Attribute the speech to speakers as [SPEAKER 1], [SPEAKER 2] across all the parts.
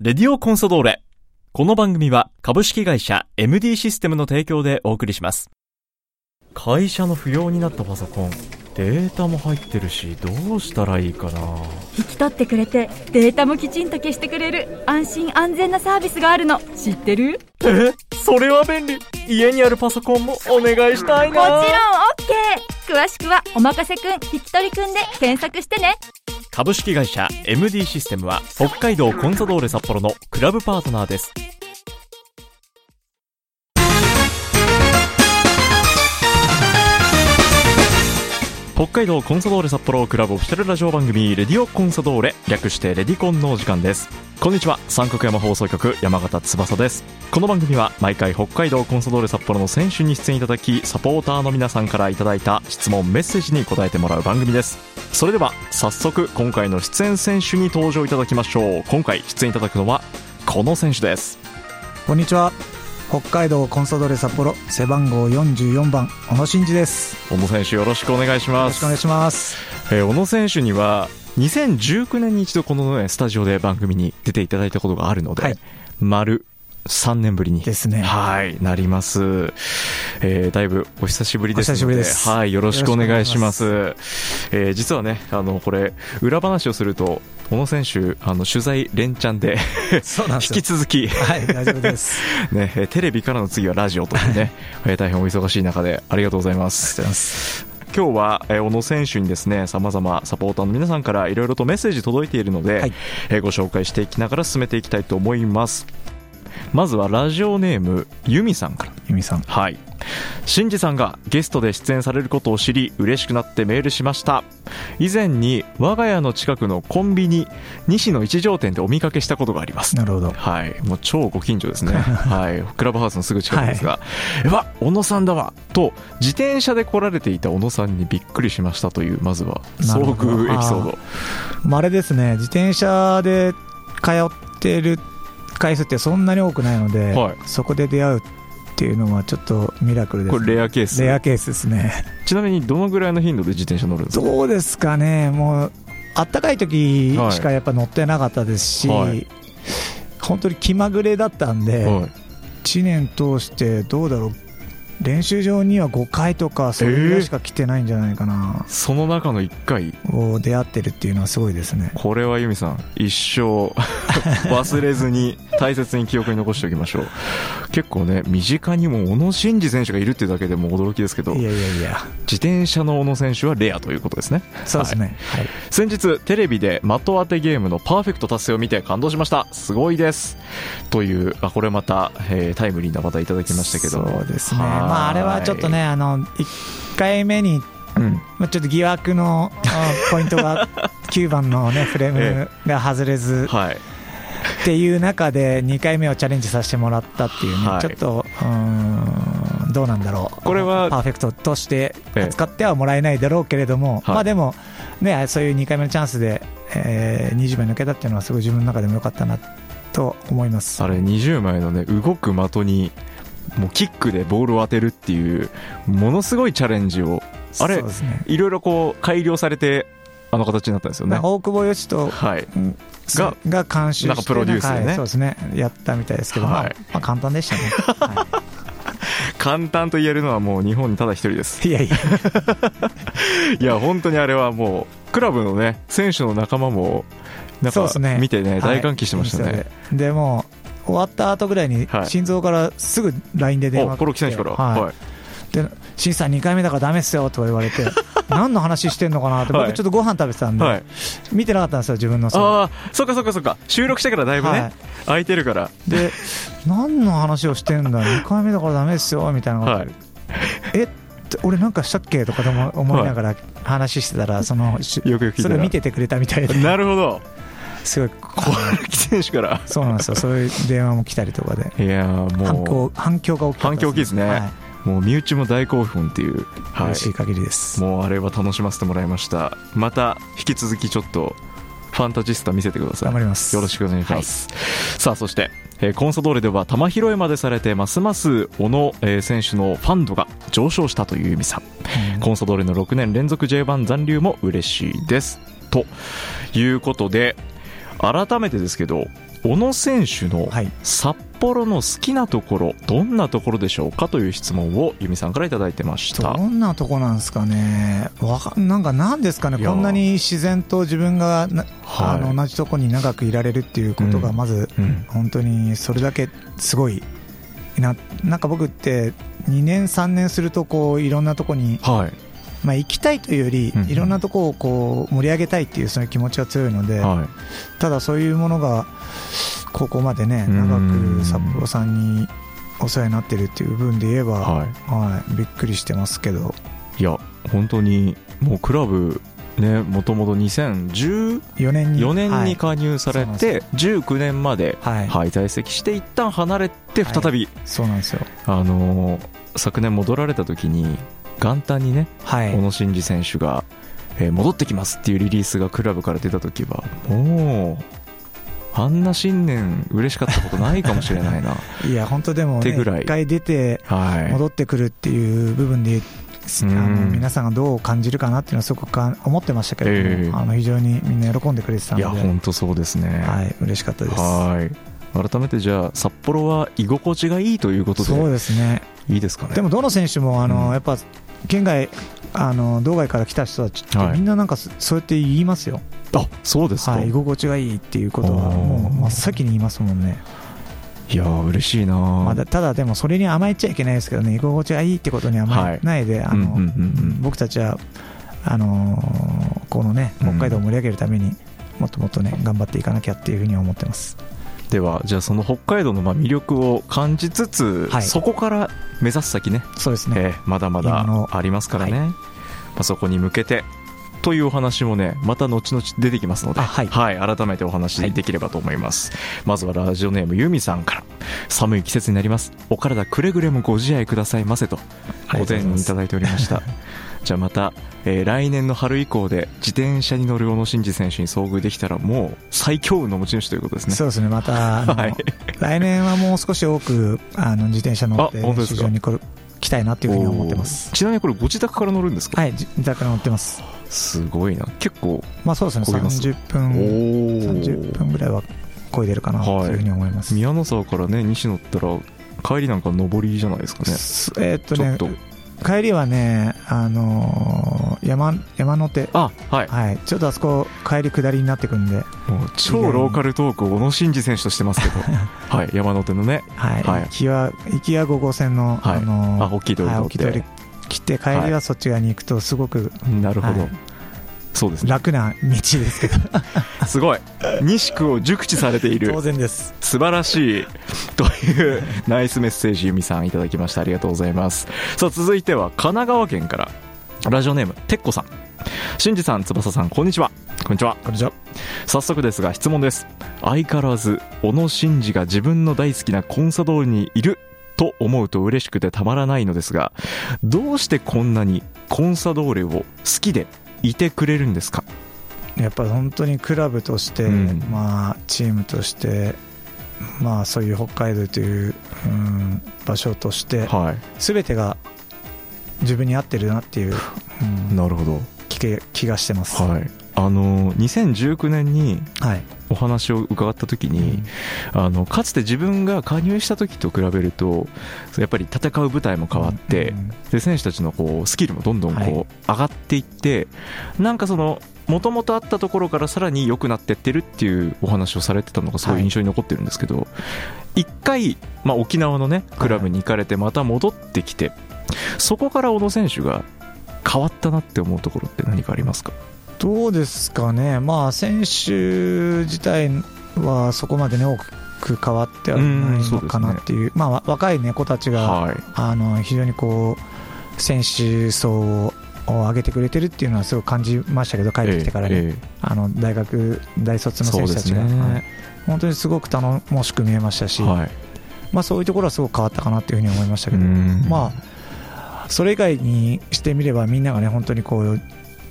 [SPEAKER 1] レディオコンソドーレ。この番組は株式会社 MD システムの提供でお送りします。会社の不要になったパソコン、データも入ってるし、どうしたらいいかな。
[SPEAKER 2] 引き取ってくれてデータもきちんと消してくれる安心安全なサービスがあるの知ってる
[SPEAKER 1] えそれは便利家にあるパソコンもお願いしたい
[SPEAKER 2] もちろん OK 詳しくは「おまかせくん引き取りくん」で検索してね
[SPEAKER 1] 株式会社 MD システムは北海道コンサドーレ札幌のクラブパートナーです北海道コンサドーレ札幌クラブオフィシャルラジオ番組レディオコンサドーレ略してレディコンのお時間ですこんにちは三角山放送局山形翼ですこの番組は毎回北海道コンサドーレ札幌の選手に出演いただきサポーターの皆さんからいただいた質問メッセージに答えてもらう番組ですそれでは早速今回の出演選手に登場いただきましょう今回出演いただくのはこの選手です
[SPEAKER 3] こんにちは北海道コンサドーレ札幌背番号44番小野真二ですよ
[SPEAKER 1] 小野選手よろしくお願いしま
[SPEAKER 3] ろしくお
[SPEAKER 1] す
[SPEAKER 3] 願いします
[SPEAKER 1] えー小野選手には2019年に一度この、ね、スタジオで番組に出ていただいたことがあるので、
[SPEAKER 3] はい
[SPEAKER 1] 丸3年ぶりに
[SPEAKER 3] ですね
[SPEAKER 1] はいなります、えーだいぶお久しぶりですの
[SPEAKER 3] お久しぶりです
[SPEAKER 1] はいよろしくお願いします
[SPEAKER 3] よ
[SPEAKER 1] えー実はねあのこれ裏話をすると小野選手あの取材連チャンで
[SPEAKER 3] そうなん
[SPEAKER 1] 引
[SPEAKER 3] です
[SPEAKER 1] き続き
[SPEAKER 3] よはい大丈夫です
[SPEAKER 1] ね、えーテレビからの次はラジオという ね、えー大変お忙しい中でありがとうございます。今日は、えー小野選手にですね、様々サポーターの皆さんからいろいろとメッセージ届いているので、
[SPEAKER 3] はい
[SPEAKER 1] えーご紹介していきながら進めていきたいと思います。まずはラジオネーム、ゆみさんから。
[SPEAKER 3] 由美さん
[SPEAKER 1] はい。しんじさんがゲストで出演されることを知り、嬉しくなってメールしました。以前に我が家の近くのコンビニ、西野一条店でお見かけしたことがあります。
[SPEAKER 3] なるほど
[SPEAKER 1] はい、もう超ご近所 ですね、はい、クラブハウスのすぐ近くですが、えわ小野さんだわと自転車で来られていた小野さんにびっくりしましたというまずは
[SPEAKER 3] な
[SPEAKER 1] 遭
[SPEAKER 3] るほど
[SPEAKER 1] 遇エピソード
[SPEAKER 3] まああれですね自転車で通ってる回数ってそんなに多くないので、
[SPEAKER 1] はい
[SPEAKER 3] そこで出会うっていうのはちょっとミラクルで
[SPEAKER 1] こ
[SPEAKER 3] す、
[SPEAKER 1] れレアケース
[SPEAKER 3] レアケースですね
[SPEAKER 1] ちなみにどのぐらいの頻度で自転車乗るんですか
[SPEAKER 3] どうですかね、もう、あったかい時しかやっぱ乗ってなかったですし、
[SPEAKER 1] はい
[SPEAKER 3] 本当に気まぐれだったんで、
[SPEAKER 1] はい、
[SPEAKER 3] 1年通して、どうだろう、練習場には5回とか、それぐらいしか来てないんじゃないかな、
[SPEAKER 1] その中の1回
[SPEAKER 3] を出会ってるっていうのはすごいですね。
[SPEAKER 1] これは由美さん一生 忘れずに大切に記憶に残しておきましょう結構ね身近にも小野伸二選手がいるっていうだけでも驚きですけど
[SPEAKER 3] い
[SPEAKER 1] 自
[SPEAKER 3] やいやいや、
[SPEAKER 1] 転車の小野選手はレアということですね
[SPEAKER 3] そうですね、はい
[SPEAKER 1] 先日テレビで的当てゲームのパーフェクト達成を見て感動しましたすごいですというあこれまた、えータイムリーな話題いただきましたけど
[SPEAKER 3] そうですね、
[SPEAKER 1] はーい
[SPEAKER 3] まあ、あれはちょっとね、あの1回目に、
[SPEAKER 1] うん
[SPEAKER 3] まあちょっと疑惑のあポイントが、9番の、ね、フレ ームが外れず。
[SPEAKER 1] はい
[SPEAKER 3] っていう中で2回目をチャレンジさせてもらったっていうね、
[SPEAKER 1] はい
[SPEAKER 3] ちょっとうーんどうなんだろう
[SPEAKER 1] これは
[SPEAKER 3] パーフェクトとして
[SPEAKER 1] ええ
[SPEAKER 3] 扱ってはもらえないだろうけれども、
[SPEAKER 1] はい
[SPEAKER 3] まあでも、ね、そういう2回目のチャンスで、えー20枚抜けたっていうのはすごい自分の中でも良かったなと思います
[SPEAKER 1] あれ20枚のね動く的にもうキックでボールを当てるっていうものすごいチャレンジをあれ
[SPEAKER 3] そうですね
[SPEAKER 1] いろいろこう改良されてあの形になったんですよね
[SPEAKER 3] なんか大久保嘉人
[SPEAKER 1] はい
[SPEAKER 3] うん
[SPEAKER 1] が
[SPEAKER 3] が監修して
[SPEAKER 1] なんかプロデュースでね
[SPEAKER 3] なんかはいそうですねやったみたいですけど、まあ
[SPEAKER 1] はい
[SPEAKER 3] まあ簡単でしたね、は
[SPEAKER 1] 簡単と言えるのはもう日本にただ一人です
[SPEAKER 3] い、いやいや
[SPEAKER 1] いや本当にあれはもうクラブのね選手の仲間もなん
[SPEAKER 3] そう
[SPEAKER 1] か
[SPEAKER 3] ですね
[SPEAKER 1] 見てね
[SPEAKER 3] はい
[SPEAKER 1] 大歓喜してましたね、
[SPEAKER 3] インスタででもう終わった後ぐらいに
[SPEAKER 1] はい
[SPEAKER 3] 心臓からすぐ LINE で電話
[SPEAKER 1] お
[SPEAKER 3] が来
[SPEAKER 1] コ
[SPEAKER 3] て
[SPEAKER 1] ロッケ選手から、
[SPEAKER 3] はい
[SPEAKER 1] はい
[SPEAKER 3] で「審査2回目だからダメっすよ」とか言われて 何の話してんのかなって
[SPEAKER 1] は
[SPEAKER 3] 僕
[SPEAKER 1] い
[SPEAKER 3] ちょっとご飯食べてたんで、
[SPEAKER 1] はい、
[SPEAKER 3] 見てなかったんですよ自分のその
[SPEAKER 1] ああそっかそっかそっか収録してからだいぶね、
[SPEAKER 3] はい
[SPEAKER 1] 空いてるから
[SPEAKER 3] で何の話をしてんだ2回目だからダメっすよみたいなこと、
[SPEAKER 1] はい
[SPEAKER 3] えって俺なんかしたっけとかでも思いながら話してたらそのし
[SPEAKER 1] よくよく聞いた
[SPEAKER 3] そ
[SPEAKER 1] ら
[SPEAKER 3] れを見ててくれたみたいで
[SPEAKER 1] なるほど
[SPEAKER 3] すごい
[SPEAKER 1] 小木選手から
[SPEAKER 3] そうなんですよそういう電話も来たりとかで
[SPEAKER 1] いやー
[SPEAKER 3] 反
[SPEAKER 1] も
[SPEAKER 3] 響反響が大きかった
[SPEAKER 1] 反響大きいですね
[SPEAKER 3] は
[SPEAKER 1] うもう身内も大興奮っていう、
[SPEAKER 3] い、
[SPEAKER 1] は
[SPEAKER 3] 嬉しい
[SPEAKER 1] い、
[SPEAKER 3] 限りです
[SPEAKER 1] もうあれは楽しませてもらいましたまた引き続きちょっとファンタジスタ見せてください
[SPEAKER 3] 頑張ります
[SPEAKER 1] よろしくお願いします、さあそして、えーコンサドーレでは球拾いまでされてますます小野、えー選手のファン度が上昇したという由美さん
[SPEAKER 3] うん
[SPEAKER 1] コンサドーレの6年連続 J1 残留も嬉しいですということで改めてですけど小野選手の
[SPEAKER 3] はい
[SPEAKER 1] 札幌の好きなところどんなところでしょうかという質問を由美さんからいただいてました
[SPEAKER 3] どんなとこなんですかね、わかなんかなんですかね、
[SPEAKER 1] いや
[SPEAKER 3] こんなに自然と自分がな、
[SPEAKER 1] はい
[SPEAKER 3] あの同じとこに長くいられるっていうこと
[SPEAKER 1] う
[SPEAKER 3] が、
[SPEAKER 1] ん
[SPEAKER 3] まず、
[SPEAKER 1] うん
[SPEAKER 3] 本当にそれだけすごいな、なんか僕って、2年、3年するとこう、いろんなとこに、
[SPEAKER 1] はい
[SPEAKER 3] まあ、行きたいというより
[SPEAKER 1] うん、
[SPEAKER 3] いろんなとこをこう盛り上げたいっていう、そういう気持ちが強いので、
[SPEAKER 1] は
[SPEAKER 3] ただそういうものが、ここまでね、
[SPEAKER 1] うん
[SPEAKER 3] 長く札幌さんにお世話になってるっていう部分で言えば、
[SPEAKER 1] い
[SPEAKER 3] は
[SPEAKER 1] はい
[SPEAKER 3] いびっくりしてますけど。
[SPEAKER 1] いや本当にもうクラブねもともと2014
[SPEAKER 3] 4年に
[SPEAKER 1] 年に
[SPEAKER 3] か
[SPEAKER 1] 加入され
[SPEAKER 3] はい
[SPEAKER 1] て、19年まで、
[SPEAKER 3] はい、
[SPEAKER 1] はい、在籍して一旦離れて
[SPEAKER 3] はい
[SPEAKER 1] 再び、
[SPEAKER 3] そうなんですよ
[SPEAKER 1] あのー昨年戻られた時に元旦にね
[SPEAKER 3] はい
[SPEAKER 1] 小野伸二選手が、えー戻ってきますっていうリリースがクラブから出た時はもうあんな新年嬉しかったことないかもしれないな
[SPEAKER 3] いや本当でも、
[SPEAKER 1] 手
[SPEAKER 3] ね、
[SPEAKER 1] ぐらい
[SPEAKER 3] 一回出て
[SPEAKER 1] はい
[SPEAKER 3] 戻ってくるっていう部分で、あの
[SPEAKER 1] うん
[SPEAKER 3] 皆さんがどう感じるかなっていうのはすごくか思ってましたけど、
[SPEAKER 1] ええ
[SPEAKER 3] あの非常にみんな喜んでくれてた
[SPEAKER 1] い
[SPEAKER 3] ので
[SPEAKER 1] や本当そうですね
[SPEAKER 3] はい嬉しかったです
[SPEAKER 1] はい改めてじゃあ札幌は居心地がいいということ
[SPEAKER 3] そう
[SPEAKER 1] で
[SPEAKER 3] ですね
[SPEAKER 1] いいですかね
[SPEAKER 3] でもどの選手もあの、
[SPEAKER 1] うん
[SPEAKER 3] やっぱ県外あの道外から来た人たちって、
[SPEAKER 1] はい
[SPEAKER 3] みんななんかそそうやって言いますよ、
[SPEAKER 1] あそうですか、
[SPEAKER 3] はい、居
[SPEAKER 1] い、
[SPEAKER 3] 心地がいいっていうことはもう真っ先に言いますもんね
[SPEAKER 1] やー嬉しいなー
[SPEAKER 3] まあ、だただでもそれに甘えちゃいけないですけどね居心地がいいってことに甘えないで、あの
[SPEAKER 1] うんうんうんうん
[SPEAKER 3] 僕たちはあのーこのね北海道を盛り上げるために、もっともっとね頑張っていかなきゃっていうふうには思ってます
[SPEAKER 1] ではじゃあその北海道のまあ魅力を感じつつ、
[SPEAKER 3] はい
[SPEAKER 1] そこから目指す先ね
[SPEAKER 3] そうですね、
[SPEAKER 1] えーまだまだ
[SPEAKER 3] 今の
[SPEAKER 1] ありますからね、まあ、そこに向けてというお話もねまた後々出てきますので、
[SPEAKER 3] あはい
[SPEAKER 1] 改めてお話できればと思います、まずはラジオネームユミさんから寒い季節になりますお体くれぐれもご自愛くださいませと
[SPEAKER 3] あり
[SPEAKER 1] お
[SPEAKER 3] がとうござい
[SPEAKER 1] 便
[SPEAKER 3] ま
[SPEAKER 1] り
[SPEAKER 3] す
[SPEAKER 1] いただいておりま したじゃあまた、えー来年の春以降で自転車に乗る小野伸二選手に遭遇できたらもう最強運の持ち主ということですね
[SPEAKER 3] そうですねまたあの、
[SPEAKER 1] はい
[SPEAKER 3] 来年はもう少し多くあの自転車乗って
[SPEAKER 1] あ本当で
[SPEAKER 3] 練
[SPEAKER 1] す
[SPEAKER 3] 習
[SPEAKER 1] か
[SPEAKER 3] 場に来る来たいなっていうふうに思ってます
[SPEAKER 1] おーちなみにこれご自宅から乗るんですか、
[SPEAKER 3] はいじ自宅から乗ってます
[SPEAKER 1] すごいな結構
[SPEAKER 3] まあそうですね
[SPEAKER 1] 漕ぎます
[SPEAKER 3] 30分
[SPEAKER 1] お
[SPEAKER 3] 30分ぐらいはこいでるかなっていうふうに思います、
[SPEAKER 1] 宮の沢からね西乗ったら帰りなんか上りじゃないですかね
[SPEAKER 3] すえーっと
[SPEAKER 1] ちょっ
[SPEAKER 3] ね
[SPEAKER 1] と
[SPEAKER 3] 帰りはね、あのー山山手、
[SPEAKER 1] あはい
[SPEAKER 3] はい、ちょっとあそこ、帰り下りになってくんで、
[SPEAKER 1] もう超ローカルトークを小野伸二選手としてますけどはい山手のね
[SPEAKER 3] はい
[SPEAKER 1] はい
[SPEAKER 3] 行きは行きは5号線の、
[SPEAKER 1] はい
[SPEAKER 3] あのー
[SPEAKER 1] あ大きい通り
[SPEAKER 3] はい
[SPEAKER 1] の
[SPEAKER 3] 大き
[SPEAKER 1] き
[SPEAKER 3] い通り
[SPEAKER 1] で
[SPEAKER 3] 来て、帰りはそっち側に行くと、すごく
[SPEAKER 1] なるほど、
[SPEAKER 3] はい
[SPEAKER 1] そうですね
[SPEAKER 3] 楽な道ですけど、
[SPEAKER 1] すごい西区を熟知されている
[SPEAKER 3] 当然です。
[SPEAKER 1] 素晴らしいというナイスメッセージ由美さんいただきましたありがとうございますさあ続いては神奈川県からラジオネームてっこさんしんじさん翼さんこんにちはこんにちは
[SPEAKER 3] こんにちは
[SPEAKER 1] 早速ですが質問です相変わらず小野伸二が自分の大好きなコンサドールにいると思うと嬉しくてたまらないのですがどうしてこんなにコンサドーレを好きでいてくれるんですか
[SPEAKER 3] やっぱり本当にクラブとして、
[SPEAKER 1] うん
[SPEAKER 3] まあ、チームとして、まあ、そういう北海道という、うん、場所として、
[SPEAKER 1] はい
[SPEAKER 3] すべてが自分に合ってるなっていう、うん、
[SPEAKER 1] なるほど
[SPEAKER 3] 気け気がしてます。
[SPEAKER 1] はいあの2019年に
[SPEAKER 3] はい
[SPEAKER 1] お話を伺った時に、あのかつて自分が加入した時と比べるとやっぱり戦う舞台も変わって、
[SPEAKER 3] うん
[SPEAKER 1] で選手たちのこうスキルもどんどん
[SPEAKER 3] はい
[SPEAKER 1] こう上がっていって、なんかそのもともとあったところからさらに良くなっていってるっていうお話をされてたのがすごい
[SPEAKER 3] はい
[SPEAKER 1] 印象に残ってるんですけど、一回、まあ、沖縄のねクラブに行かれてまた戻ってきて、そこから小野選手が変わったなって思うところって何かありますか、
[SPEAKER 3] どうですかね、まあ、選手自体はそこまでね、多く変わってはないのかなっていう、まあ、わ若い猫たちが、
[SPEAKER 1] はい
[SPEAKER 3] あの非常にこう、選手層を上げてくれてるっていうのは、すごく感じましたけど、帰ってきてからね、
[SPEAKER 1] えええ
[SPEAKER 3] あの大学、大卒
[SPEAKER 1] えそ
[SPEAKER 3] の選
[SPEAKER 1] うで
[SPEAKER 3] 手た
[SPEAKER 1] す
[SPEAKER 3] ちが、はい
[SPEAKER 1] ね、
[SPEAKER 3] 本当にすごく頼もしく見えましたし、
[SPEAKER 1] はい、
[SPEAKER 3] まあ、そういうところはすごく変わったかなっていうふうに思いましたけど。まあ、それ以外にしてみればみんながね本当にこう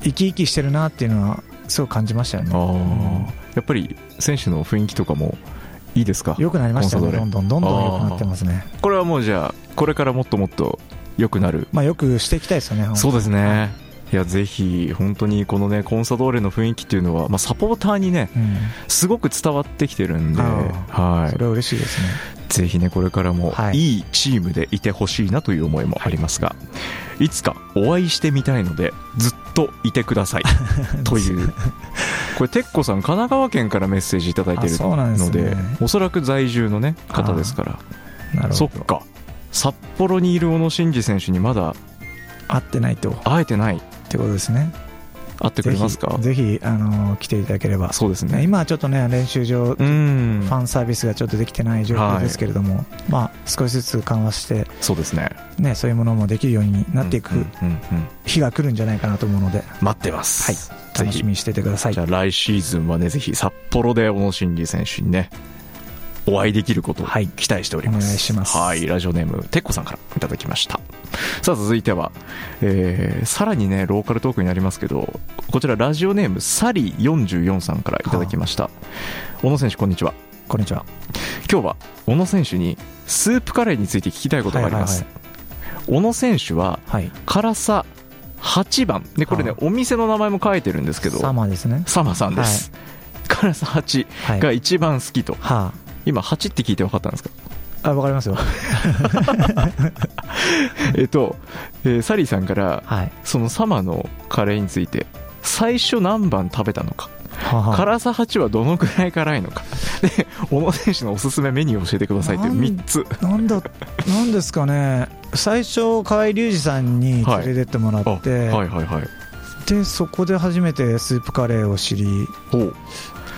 [SPEAKER 3] 生き生きしてるなっていうのはすごく感じましたよ
[SPEAKER 1] ああ
[SPEAKER 3] ね。
[SPEAKER 1] ーやっぱり選手の雰囲気とかもいいですか
[SPEAKER 3] 良くなりました
[SPEAKER 1] コンサ
[SPEAKER 3] ね
[SPEAKER 1] ドーレ
[SPEAKER 3] どんどんどんどん良くなってますね。
[SPEAKER 1] これはもうじゃあこれからもっともっと良くなる
[SPEAKER 3] まあよくしていきたいですよね。
[SPEAKER 1] そうですねいやぜひ本当にこのねコンサドーレの雰囲気っていうのは、まあ、サポーターにね
[SPEAKER 3] うん
[SPEAKER 1] すごく伝わってきてるんで、
[SPEAKER 3] あ
[SPEAKER 1] は
[SPEAKER 3] そ
[SPEAKER 1] い、
[SPEAKER 3] れは嬉しいですね
[SPEAKER 1] ぜひねこれからも
[SPEAKER 3] はい
[SPEAKER 1] いいチームでいてほしいなという思いもありますが、い、つかお会いしてみたいのでずっといてくだ さい というこれてっこさん神奈川県からメッセージいただいてる
[SPEAKER 3] あそうなんです
[SPEAKER 1] の
[SPEAKER 3] ね
[SPEAKER 1] でおそらく在住の、ね、方ですから
[SPEAKER 3] なる
[SPEAKER 1] そ
[SPEAKER 3] ほ
[SPEAKER 1] っ
[SPEAKER 3] ど
[SPEAKER 1] か札幌にいる小野伸二選手にまだ
[SPEAKER 3] 合ってないとっ
[SPEAKER 1] 会えてない
[SPEAKER 3] てことですね
[SPEAKER 1] 会ってくれますか
[SPEAKER 3] ぜひぜひあの来ていただければ
[SPEAKER 1] そうです
[SPEAKER 3] ね
[SPEAKER 1] ね
[SPEAKER 3] 今はちょっとね練習場、
[SPEAKER 1] う
[SPEAKER 3] フ
[SPEAKER 1] ん
[SPEAKER 3] ァンサービスがちょっとできてない状況ですけれども、まあ、少しずつ緩和して、
[SPEAKER 1] そうですね
[SPEAKER 3] ね、そういうものもできるようになってい
[SPEAKER 1] うん
[SPEAKER 3] く
[SPEAKER 1] うんうん
[SPEAKER 3] 日が来るんじゃないかなと思うので、
[SPEAKER 1] 待ってます、
[SPEAKER 3] 楽
[SPEAKER 1] ぜ
[SPEAKER 3] し
[SPEAKER 1] ひ
[SPEAKER 3] みにしててください
[SPEAKER 1] じゃあ来シーズンはね、ぜひ札幌で小野伸二選手にね、お会いできることを
[SPEAKER 3] はい
[SPEAKER 1] 期待しております。
[SPEAKER 3] お願いします
[SPEAKER 1] はい、ラジオネーム、てっこさんからいただきました。さあ、続いては、えーさらにね、ローカルトークになりますけど、こちらラジオネーム、サリ44さんからいただきました。小野選手、こんにちは。
[SPEAKER 3] こんにちは
[SPEAKER 1] 今日は小野選手にスープカレーについて聞きたいことがあります。小野選手は
[SPEAKER 3] はいはいはい、はい
[SPEAKER 1] 辛さ8番。で、これね
[SPEAKER 3] は、
[SPEAKER 1] お店の名前も書いてるんですけど、
[SPEAKER 3] サマーですね
[SPEAKER 1] サマさんです、辛さ8
[SPEAKER 3] はい
[SPEAKER 1] が一番好きと
[SPEAKER 3] は
[SPEAKER 1] 今8って聞いて分かったん ですか
[SPEAKER 3] ああわかりますよ
[SPEAKER 1] えっと、えーサリーさんから
[SPEAKER 3] はい
[SPEAKER 1] そのサマのカレーについて最初何番食べたのか
[SPEAKER 3] はあはあ
[SPEAKER 1] 辛さ8はどのくらい辛いのか で小野選手のおすすめメニューを教えてくださいという
[SPEAKER 3] なん
[SPEAKER 1] 3つ
[SPEAKER 3] なんだなんですかね最初河合隆二さんに連れてってもら
[SPEAKER 1] あ
[SPEAKER 3] って、
[SPEAKER 1] はいはいはい
[SPEAKER 3] でそこで初めてスープカレーを知り
[SPEAKER 1] ほう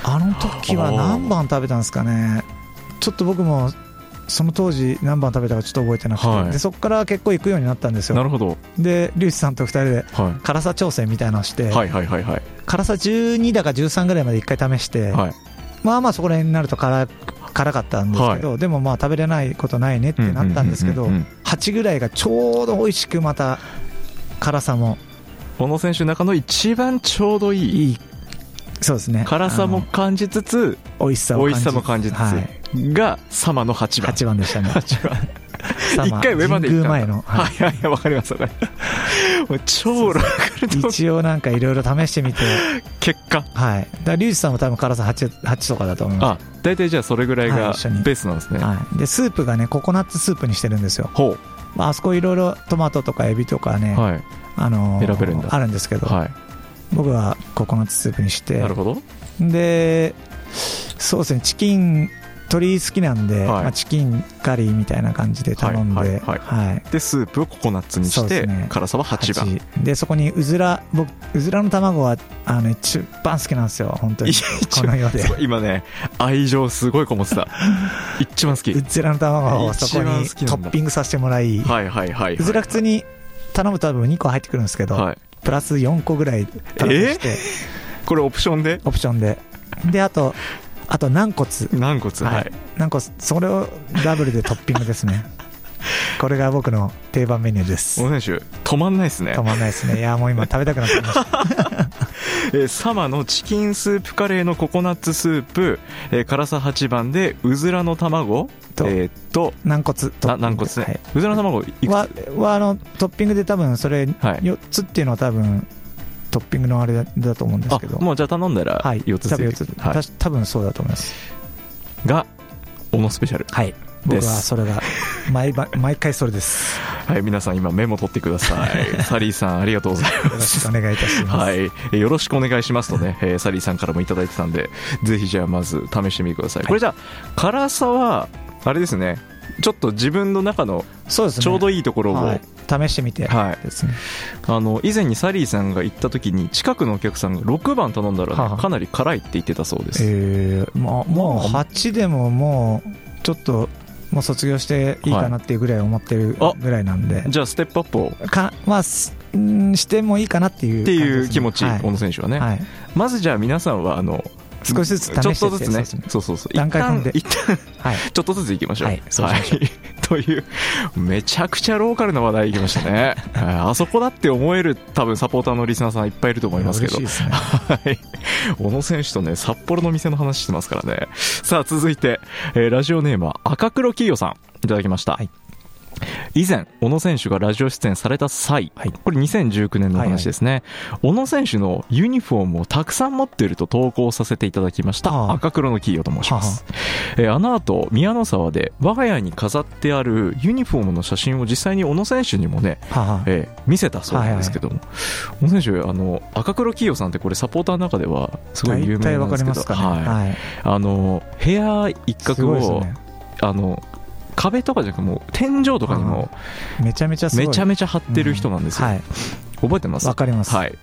[SPEAKER 3] あの時は何番食べたんですかねちょっと僕もその当時何番食べたかちょっと覚えてなくて、
[SPEAKER 1] はい
[SPEAKER 3] でそこから結構行くようになったんです
[SPEAKER 1] な
[SPEAKER 3] よ
[SPEAKER 1] るほど、
[SPEAKER 3] で隆二さんと2人で
[SPEAKER 1] は
[SPEAKER 3] 辛さ調整みたいなのをして、
[SPEAKER 1] い、はいはいはいはい
[SPEAKER 3] 辛さ12だか13ぐらいまで1回試して、
[SPEAKER 1] はい
[SPEAKER 3] まあまあそこら辺になると辛辛かったんですけど、でもまあ食べれないことないねってなったんですけ
[SPEAKER 1] う
[SPEAKER 3] ど
[SPEAKER 1] うううん
[SPEAKER 3] 8ぐらいがちょうど美味しくまた辛さも
[SPEAKER 1] 小野選手の中の一番ちょうどいい
[SPEAKER 3] いいそうですね
[SPEAKER 1] 辛さも
[SPEAKER 3] あの
[SPEAKER 1] 感じつつ
[SPEAKER 3] 美味しさを
[SPEAKER 1] 美味しさも感じつつ、
[SPEAKER 3] はい、
[SPEAKER 1] がサマの8番
[SPEAKER 3] 8番でしたね
[SPEAKER 1] 8番
[SPEAKER 3] サマー
[SPEAKER 1] 一回上まで行ったんだ
[SPEAKER 3] 神宮前の、はい
[SPEAKER 1] はいはいはい、わかりますわかります。もう超ローカルの
[SPEAKER 3] 一応なんかいろいろ試してみて
[SPEAKER 1] 結果。
[SPEAKER 3] はいだからリュウジさんも多分辛さ 8, 8とかだと思う
[SPEAKER 1] あ、大体じゃあそれぐらい
[SPEAKER 3] は
[SPEAKER 1] が
[SPEAKER 3] い一緒に
[SPEAKER 1] ベースなんですね。
[SPEAKER 3] はい、でスープがねココナッツスープにしてるんですよ、
[SPEAKER 1] ほ
[SPEAKER 3] まああそこいろいろトマトとかエビとか
[SPEAKER 1] う。
[SPEAKER 3] ね、
[SPEAKER 1] はい。
[SPEAKER 3] あのー
[SPEAKER 1] 選べるんだ
[SPEAKER 3] あるんですけど、
[SPEAKER 1] はい。
[SPEAKER 3] 僕はココナッツスープにして
[SPEAKER 1] なるほど。
[SPEAKER 3] でそうですねチキン鶏好きなんで、
[SPEAKER 1] はい
[SPEAKER 3] まあ、チキンカリーみたいな感じで頼んで、
[SPEAKER 1] はいはいで、スープをココナッツに
[SPEAKER 3] そ
[SPEAKER 1] し
[SPEAKER 3] うで
[SPEAKER 1] て、
[SPEAKER 3] すね
[SPEAKER 1] 辛さは8番。
[SPEAKER 3] 八でそこにうずら僕うずらの卵はあの一番好きなんですよ本当に
[SPEAKER 1] 一
[SPEAKER 3] この世で
[SPEAKER 1] そう今ね、愛情すごいこもって た。一番好き
[SPEAKER 3] う。ずらの卵をそこ
[SPEAKER 1] 一
[SPEAKER 3] に
[SPEAKER 1] 番好きなんだ
[SPEAKER 3] トッピングさせてもらい、
[SPEAKER 1] はいはいはい。
[SPEAKER 3] うずら普通に頼むと多分2個入ってくるんですけど、
[SPEAKER 1] はい。
[SPEAKER 3] プラス4個ぐらい頼んでして、
[SPEAKER 1] これオプションで
[SPEAKER 3] オプションで。で、あと、あと軟骨。
[SPEAKER 1] 軟骨。は
[SPEAKER 3] はいい。軟骨、それをダブルでトッピングです ね。これが僕の定番メニューです。
[SPEAKER 1] 小野選手、止まんないですね
[SPEAKER 3] 止。まんないですね。いや、もう今食べたくなってきました。
[SPEAKER 1] えーサマのチキンスープカレーのココナッツスープ、えー辛さ8番でうずらの卵
[SPEAKER 3] と
[SPEAKER 1] えーっと
[SPEAKER 3] 軟骨トッピン
[SPEAKER 1] な
[SPEAKER 3] グ。
[SPEAKER 1] 軟骨ね、うずらの卵いくつ
[SPEAKER 3] は。
[SPEAKER 1] はい
[SPEAKER 3] は、はあの、トッピングで多分それ、
[SPEAKER 1] い
[SPEAKER 3] 4つっていうのは多分、トッピングのあれだだと思うんです
[SPEAKER 1] あ
[SPEAKER 3] けど。
[SPEAKER 1] もうじゃあ頼んだら
[SPEAKER 3] はい。
[SPEAKER 1] 4つつ
[SPEAKER 3] 多
[SPEAKER 1] い
[SPEAKER 3] 分
[SPEAKER 1] て
[SPEAKER 3] 4つ
[SPEAKER 1] くる、。は
[SPEAKER 3] たし多分そうだと思います。
[SPEAKER 1] い、が小野スペシャル
[SPEAKER 3] はい。
[SPEAKER 1] で
[SPEAKER 3] 僕は
[SPEAKER 1] す
[SPEAKER 3] それが、毎晩、毎回そ れです。
[SPEAKER 1] はい皆さん今メモ取ってくださいサリーさんありがとうござい
[SPEAKER 3] よ
[SPEAKER 1] ま
[SPEAKER 3] ろしく
[SPEAKER 1] す
[SPEAKER 3] お願いいたします。
[SPEAKER 1] はい、えーよろしくお願いしますとね、えーサリーさんからもいただいてたんでぜひじゃあまず試してみてください、これじゃあ辛さはあれですねちょっと自分の中の
[SPEAKER 3] そうですね。
[SPEAKER 1] ちょうど
[SPEAKER 3] いい
[SPEAKER 1] いいところを、
[SPEAKER 3] 試してみて。
[SPEAKER 1] はい
[SPEAKER 3] ですね。
[SPEAKER 1] あの以前にサリーさんが行った時に近くのお客さんが6番頼んだらね、
[SPEAKER 3] はあはあ
[SPEAKER 1] かなり辛いって言ってたそうです、
[SPEAKER 3] えー、まあ、もう8でももう、ちょっと、もう卒業していいかなっていうぐらい思ってる
[SPEAKER 1] はいあ
[SPEAKER 3] ぐらいなんで、
[SPEAKER 1] じゃあステップアップをっ
[SPEAKER 3] かまあ、すうんしてもいいかなっていう
[SPEAKER 1] て
[SPEAKER 3] 感じですね、
[SPEAKER 1] いう気持ち、
[SPEAKER 3] はい
[SPEAKER 1] 小野選手はね、
[SPEAKER 3] はい
[SPEAKER 1] まずじゃあ皆さんはあの
[SPEAKER 3] 少しずつ試して
[SPEAKER 1] ちょっとずつね
[SPEAKER 3] そうです
[SPEAKER 1] そうそうそう
[SPEAKER 3] 段階踏んで
[SPEAKER 1] 一旦
[SPEAKER 3] はい
[SPEAKER 1] ちょっとずつ行きましょう。
[SPEAKER 3] はいそうしまし
[SPEAKER 1] はい という、めちゃくちゃローカルな話題行きましたね。ああそこだって思える、多分サポーターのリスナーさんいっぱいいると思いますけど。
[SPEAKER 3] いや嬉しいですね
[SPEAKER 1] はい。小野選手とね、札幌の店の話してますからね。さあ、続いて、えーラジオネームは赤黒企業さん、いただきました。
[SPEAKER 3] はい
[SPEAKER 1] 以前、小野選手がラジオ出演された際、
[SPEAKER 3] はい
[SPEAKER 1] これ2019年の話ですね、小野選手のユニフォームをたくさん持っていると投稿させていただきました、
[SPEAKER 3] はあ
[SPEAKER 1] 赤黒の企業と申します、えーあの後宮の沢で我が家に飾ってあるユニフォームの写真を実際に小野選手にもね、
[SPEAKER 3] はあはあ
[SPEAKER 1] えー見せたそうなんですけども、小野選手あの赤黒企業さんってこれサポーターの中ではすごい有
[SPEAKER 3] 大
[SPEAKER 1] 名
[SPEAKER 3] 体
[SPEAKER 1] な
[SPEAKER 3] わ
[SPEAKER 1] ん
[SPEAKER 3] か
[SPEAKER 1] です
[SPEAKER 3] り
[SPEAKER 1] け
[SPEAKER 3] ま
[SPEAKER 1] ど
[SPEAKER 3] すか
[SPEAKER 1] はい
[SPEAKER 3] ね。はい。
[SPEAKER 1] あの部屋一
[SPEAKER 3] す
[SPEAKER 1] 角
[SPEAKER 3] ごいです
[SPEAKER 1] を、
[SPEAKER 3] ね。
[SPEAKER 1] あの壁とかじゃなくもう天井とかにも
[SPEAKER 3] めちゃめちゃすごい。
[SPEAKER 1] めちゃめちゃ張ってる人なんですよ、
[SPEAKER 3] はい。
[SPEAKER 1] 覚えてます
[SPEAKER 3] わかります。
[SPEAKER 1] はい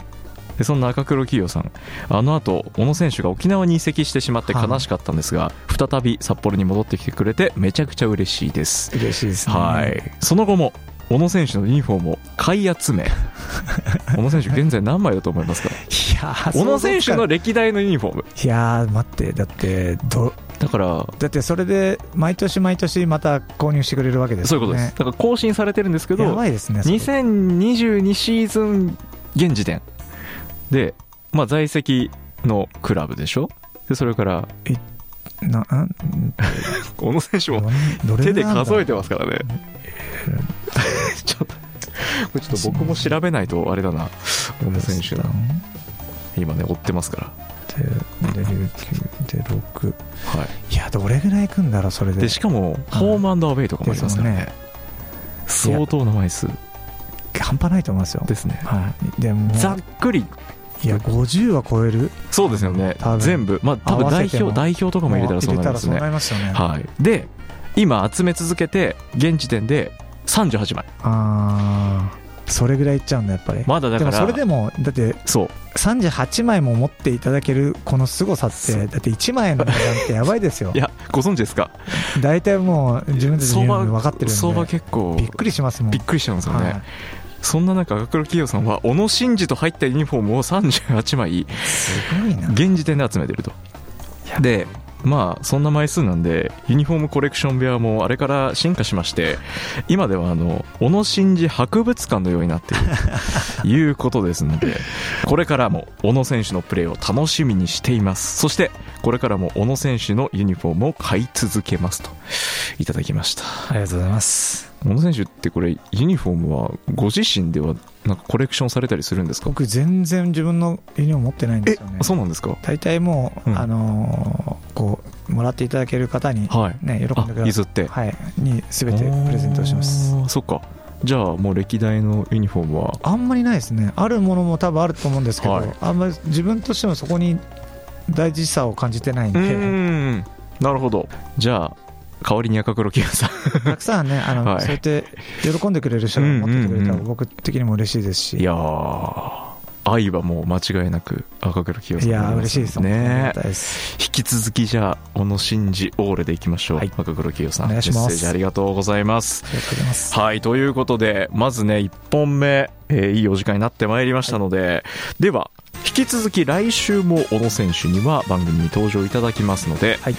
[SPEAKER 1] でそんな赤黒企業さんあの後小野選手が沖縄に移籍してしまって悲しかったんですが、再び札幌に戻ってきてくれてめちゃくちゃ嬉しいです
[SPEAKER 3] 嬉しいですね。
[SPEAKER 1] はい。その後も小野選手のユニフォームを買い集 め小野選手現在何枚だと思いますか
[SPEAKER 3] いやー
[SPEAKER 1] 小野選手の
[SPEAKER 3] 想像つか
[SPEAKER 1] 歴代のユニフォーム
[SPEAKER 3] いやー待ってだってど
[SPEAKER 1] だから
[SPEAKER 3] だってそれで毎年毎年また購入してくれるわけです
[SPEAKER 1] そうい
[SPEAKER 3] よ
[SPEAKER 1] うことです、
[SPEAKER 3] ね。
[SPEAKER 1] だから更新されてるんですけ
[SPEAKER 3] や
[SPEAKER 1] ど
[SPEAKER 3] ばいですね。それ
[SPEAKER 1] 2022シーズン現時点で、まあ、在籍のクラブでしょでそれから
[SPEAKER 3] なん
[SPEAKER 1] 小野選手も
[SPEAKER 3] どれ
[SPEAKER 1] 手で
[SPEAKER 3] ぐらいなんだ
[SPEAKER 1] 数えてます からねちょっとこれ ちょっと僕も調べないとあれだな小野選手の今ね追ってますから
[SPEAKER 3] でで19で6
[SPEAKER 1] はい
[SPEAKER 3] やどれぐらいいくんだろうそれ
[SPEAKER 1] い
[SPEAKER 3] で
[SPEAKER 1] でしかもホームアウェイとかもありますからね
[SPEAKER 3] すよね
[SPEAKER 1] 相当な枚数
[SPEAKER 3] 半端ないと思いますよ
[SPEAKER 1] ですね
[SPEAKER 3] はいでも
[SPEAKER 1] ざっくり
[SPEAKER 3] いや50は超える
[SPEAKER 1] そうですよね
[SPEAKER 3] 多分
[SPEAKER 1] 全部まあ多分
[SPEAKER 3] 合
[SPEAKER 1] 代
[SPEAKER 3] わせても
[SPEAKER 1] 表代表とかも入れたらそうなりますね
[SPEAKER 3] 入れたらそうなりますよね
[SPEAKER 1] はい、で今集め続けて現時点で38枚
[SPEAKER 3] あーそれぐらいいっちゃうんだやっぱり
[SPEAKER 1] まだだ
[SPEAKER 3] で
[SPEAKER 1] から
[SPEAKER 3] もそれでもだって
[SPEAKER 1] そう
[SPEAKER 3] 38枚も持っていただけるこの凄さってだって1枚の値段ってやばいですよ
[SPEAKER 1] いやご存知ですか
[SPEAKER 3] 大体もう自分たちで言うの分かってるんで
[SPEAKER 1] 相場結構
[SPEAKER 3] びっくりしますもん
[SPEAKER 1] びっくりしちゃうんですよね、
[SPEAKER 3] はい
[SPEAKER 1] そんな中赤黒企業さんは小野真二と入ったユニフォームを38枚
[SPEAKER 3] すごいな
[SPEAKER 1] 現時点で集めてるとでまあそんな枚数なんでユニフォームコレクション部屋もあれから進化しまして今ではあの小野真二博物館のようになっている ということですのでこれからも小野選手のプレーを楽しみにしていますそしてこれからも小野選手のユニフォームを買い続けますといただきました
[SPEAKER 3] ありがとうございます
[SPEAKER 1] 小野選手ってこれユニフォームはご自身ではなんかコレクションされたりするんですか
[SPEAKER 3] 僕全然自分のユニフォーム持ってないんですよね
[SPEAKER 1] そうなんですか
[SPEAKER 3] 大体もう、
[SPEAKER 1] うん
[SPEAKER 3] あのーこうもらっていただける方に、
[SPEAKER 1] はい
[SPEAKER 3] ね、喜ん
[SPEAKER 1] あ
[SPEAKER 3] でくださ
[SPEAKER 1] 譲
[SPEAKER 3] い
[SPEAKER 1] って
[SPEAKER 3] はいに全てプレゼントします
[SPEAKER 1] あーそっかじゃあもう歴代のユニフォームは
[SPEAKER 3] あんまりないですねあるものも多分あると思うんですけど、
[SPEAKER 1] はい
[SPEAKER 3] あんまり自分としてもそこに大事さを感じてないん
[SPEAKER 1] う
[SPEAKER 3] で
[SPEAKER 1] ーんなるほどじゃあ代わりに赤黒木屋さん
[SPEAKER 3] たくさんねあの、
[SPEAKER 1] はい
[SPEAKER 3] そうやって喜んでくれる人が持っててく
[SPEAKER 1] う
[SPEAKER 3] れた
[SPEAKER 1] ん
[SPEAKER 3] ら
[SPEAKER 1] うんうん
[SPEAKER 3] 僕的にも 嬉しいですし
[SPEAKER 1] いやー愛はもう間違いなく赤黒木屋さん
[SPEAKER 3] いやー嬉しいですあり
[SPEAKER 1] ね
[SPEAKER 3] がたいです
[SPEAKER 1] 引き続きじゃあ小野真二オーレでいきましょう、
[SPEAKER 3] はい
[SPEAKER 1] 赤黒木屋さん
[SPEAKER 3] お願いします
[SPEAKER 1] メッセージありがとうございます
[SPEAKER 3] ありがとうございます
[SPEAKER 1] はい、ということで、まずね、1本目、えーいいお時間になってまいりましたので、では、引き続き来週も小野選手には番組に登場いただきますので、
[SPEAKER 3] はい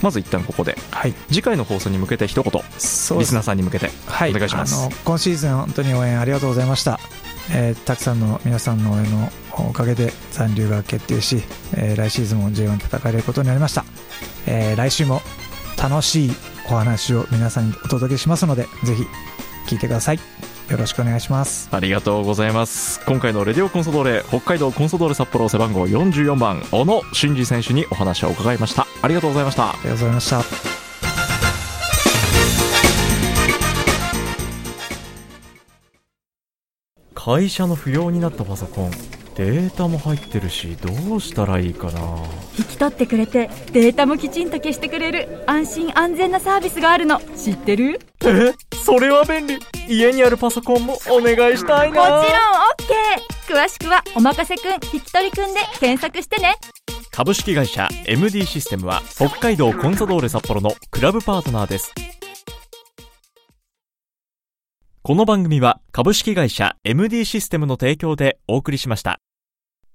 [SPEAKER 1] まず一旦ここで、
[SPEAKER 3] はい
[SPEAKER 1] 次回の放送に向けて一言、
[SPEAKER 3] そう
[SPEAKER 1] リ
[SPEAKER 3] で
[SPEAKER 1] ス
[SPEAKER 3] すね
[SPEAKER 1] ナーさんに向けて、
[SPEAKER 3] はい
[SPEAKER 1] お願いします
[SPEAKER 3] あの今シーズン本当に応援ありがとうございました、えーたくさんの皆さんの応援のおかげで残留が決定し、えー来シーズンも J1 戦えることになりました、えー来週も楽しいお話を皆さんにお届けしますのでぜひ聞いてくださいよろしくお願いします
[SPEAKER 1] ありがとうございます。今回のレディオコンソドーレ、北海道コンソドーレ札幌背番号44番、小野真二選手にお話を伺いました。ありがとうございました。
[SPEAKER 3] ありがとうございました
[SPEAKER 1] 会社の不要になったパソコン、データも入ってるし、どうしたらいいかな。
[SPEAKER 2] 引き取ってくれてデータもきちんと消してくれる安心安全なサービスがあるの知ってる
[SPEAKER 1] えそれは便利家にあるパソコンもお願いしたい
[SPEAKER 2] もちろん OK 詳しくは「おまかせくん引き取りくん」で検索してね
[SPEAKER 1] 株式会社 MD システムは北海道コンサドーレ札幌のクラブパートナーですこの番組は株式会社 MD システムの提供でお送りしました